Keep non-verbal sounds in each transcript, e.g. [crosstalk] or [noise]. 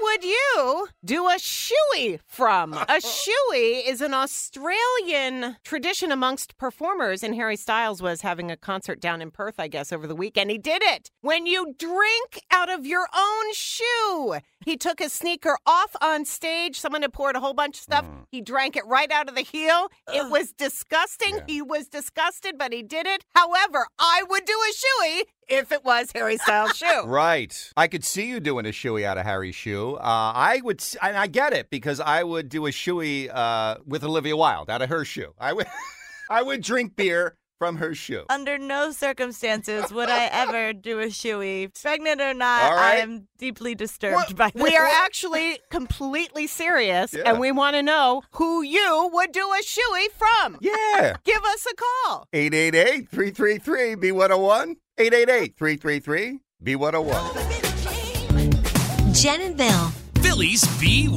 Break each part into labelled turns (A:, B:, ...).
A: would you do a shoey from? A shoey is an Australian tradition amongst performers, and Harry Styles was having a concert down in Perth, I guess, over the weekend. He did it when you drink out of your own shoe. He took his sneaker off on stage. Someone had poured a whole bunch of stuff. He drank it right out of the heel. It was disgusting. He was disgusted, but he did it. However, I would do a shoey if it was Harry Styles'
B: [laughs]
A: shoe.
B: Right. I could see you doing a shoey out of Harry's shoe. Uh, I would, s- and I get it because I would do a shoey uh, with Olivia Wilde out of her shoe. I would, [laughs] I would drink beer from her shoe.
C: Under no circumstances would I ever do a shoey. Pregnant or not,
B: All right.
C: I am deeply disturbed by this.
A: We
B: [laughs]
A: are actually completely serious,
B: Yeah.
A: and we want to know who you would do a shoey from.
B: Yeah.
A: Give us a call.
B: 888-333-B101. 888-333-B101.
D: Jen and Bill.
E: Phillies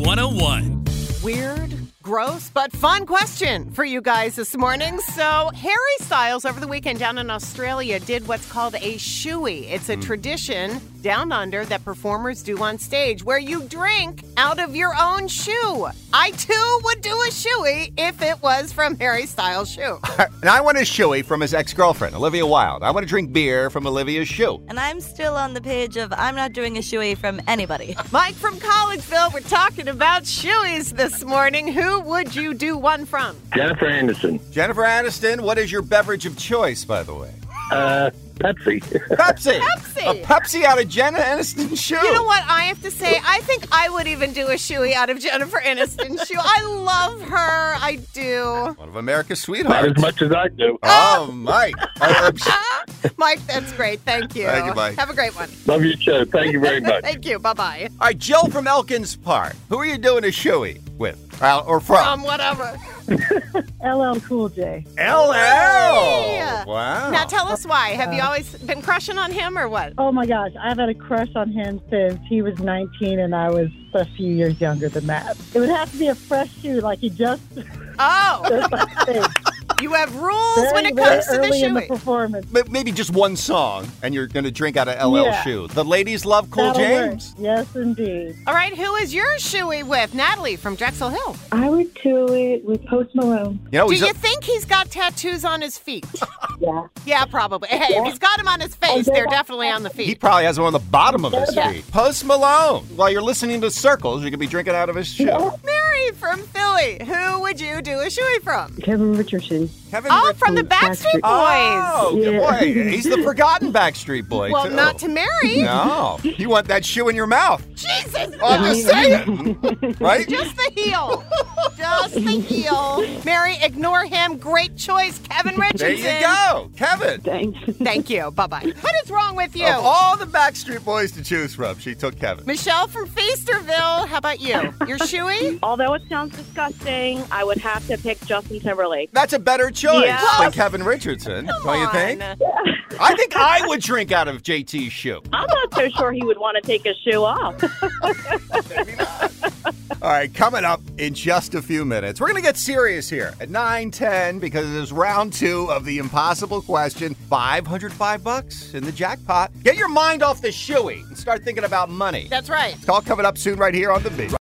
E: B101.
A: Weird, gross, but fun question for you guys this morning. So, Harry Styles over the weekend down in Australia did what's called a shoey. It's
B: Hmm.
A: a tradition down under that performers do on stage where you drink out of your own shoe. I too would do a shoey if it was from Harry Styles' shoe.
B: And I want a shoey from his ex-girlfriend, Olivia Wilde. I want to drink beer from Olivia's shoe.
C: And I'm still on the page of I'm not doing a shoey from anybody.
A: Mike from Collegeville, we're talking about shoeys this morning. Who would you do one from?
F: Jennifer Anderson,
B: Jennifer Aniston, what is your beverage of choice, by
A: [laughs]
B: the way?
F: uh, Pepsi.
B: Pepsi.
A: Pepsi.
B: A Pepsi out of Jenna Aniston's shoe.
A: You know what I have to say? I think I would even do a shoey out of Jennifer Aniston's shoe. I love her. I do.
B: One of America's
F: Not as
B: sweethearts.
F: much as I do.
B: Oh, [laughs] Mike. I- I'm-
A: Mike, that's great. Thank you.
B: Thank you, Mike.
A: Have a great one.
F: Love your show. Thank you very much.
A: Thank you. Bye bye.
B: All right, Jill from Elkins Park. Who are you doing a shoey with? Uh, or from?
A: Um, whatever.
G: LL Cool J.
B: LL.
A: Hey.
B: Wow.
A: Now tell us why. Have
B: Uh,
A: you always been crushing on him or what?
G: Oh my gosh, I've had a crush on him since he was 19 and I was a few years younger than that. It would have to be a fresh shoe, like he just [laughs]
A: Oh, [laughs] you have rules when it comes to the
G: early in the
A: shoey.
G: performance.
B: Ma- Maybe just one song, and you're going to drink out of LL
G: Yeah.
B: shoe. The ladies love Cool
G: That'll work.
B: James.
G: Yes, indeed.
A: All right, who is your shoey with? Natalie from Drexel Hill.
H: I would do it with Post Malone.
B: You know,
A: Do
B: Oh, he's
A: you
B: a-
A: think he's got tattoos on his feet?
H: Yeah.
A: Yeah, probably. Hey, if he's got them on his face, they're definitely on the
B: he
A: feet.
B: probably has one on the bottom of his feet. Post Malone. While you're listening to Circles, you could be drinking out of his shoe.
A: Mary from Philly, who would you do a shoey from?
H: Kevin Richardson.
B: Kevin
A: Oh,
B: Rick-
A: from the Backstreet Boys.
B: Oh, good
H: Yeah.
A: [laughs]
B: boy. He's the forgotten Backstreet Boy,
A: well,
B: too.
A: not to Mary.
B: No. You want that shoe in your mouth.
A: [laughs]
B: Oh,
A: Jesus.
B: I'm
A: [laughs]
B: just saying. Right?
A: Just the heel. Just the heel. Mary, ignore him. Great choice, Kevin
B: there
A: Richardson.
B: you go. Kevin.
H: Thanks.
A: Thank you. Bye bye. What is wrong with you?
B: Of all the Backstreet Boys to choose from, she took Kevin.
A: Michelle from Feasterville, how about you? Your shoey?
I: Although it sounds disgusting, I would have to pick Justin Timberlake.
B: That's a better choice
I: Yeah.
B: than Kevin Richardson, don't you think?
A: on.
B: I think I would drink out of JT's shoe.
I: I'm not so sure he would want to take his shoe off.
B: All right, coming up in just a few minutes, we're going to get serious here at 9:10 because it is round 2 of the impossible question, 505 bucks in the jackpot. Get your mind off the shoey and start thinking about money.
A: That's right.
B: It's all coming up soon right here on the beat.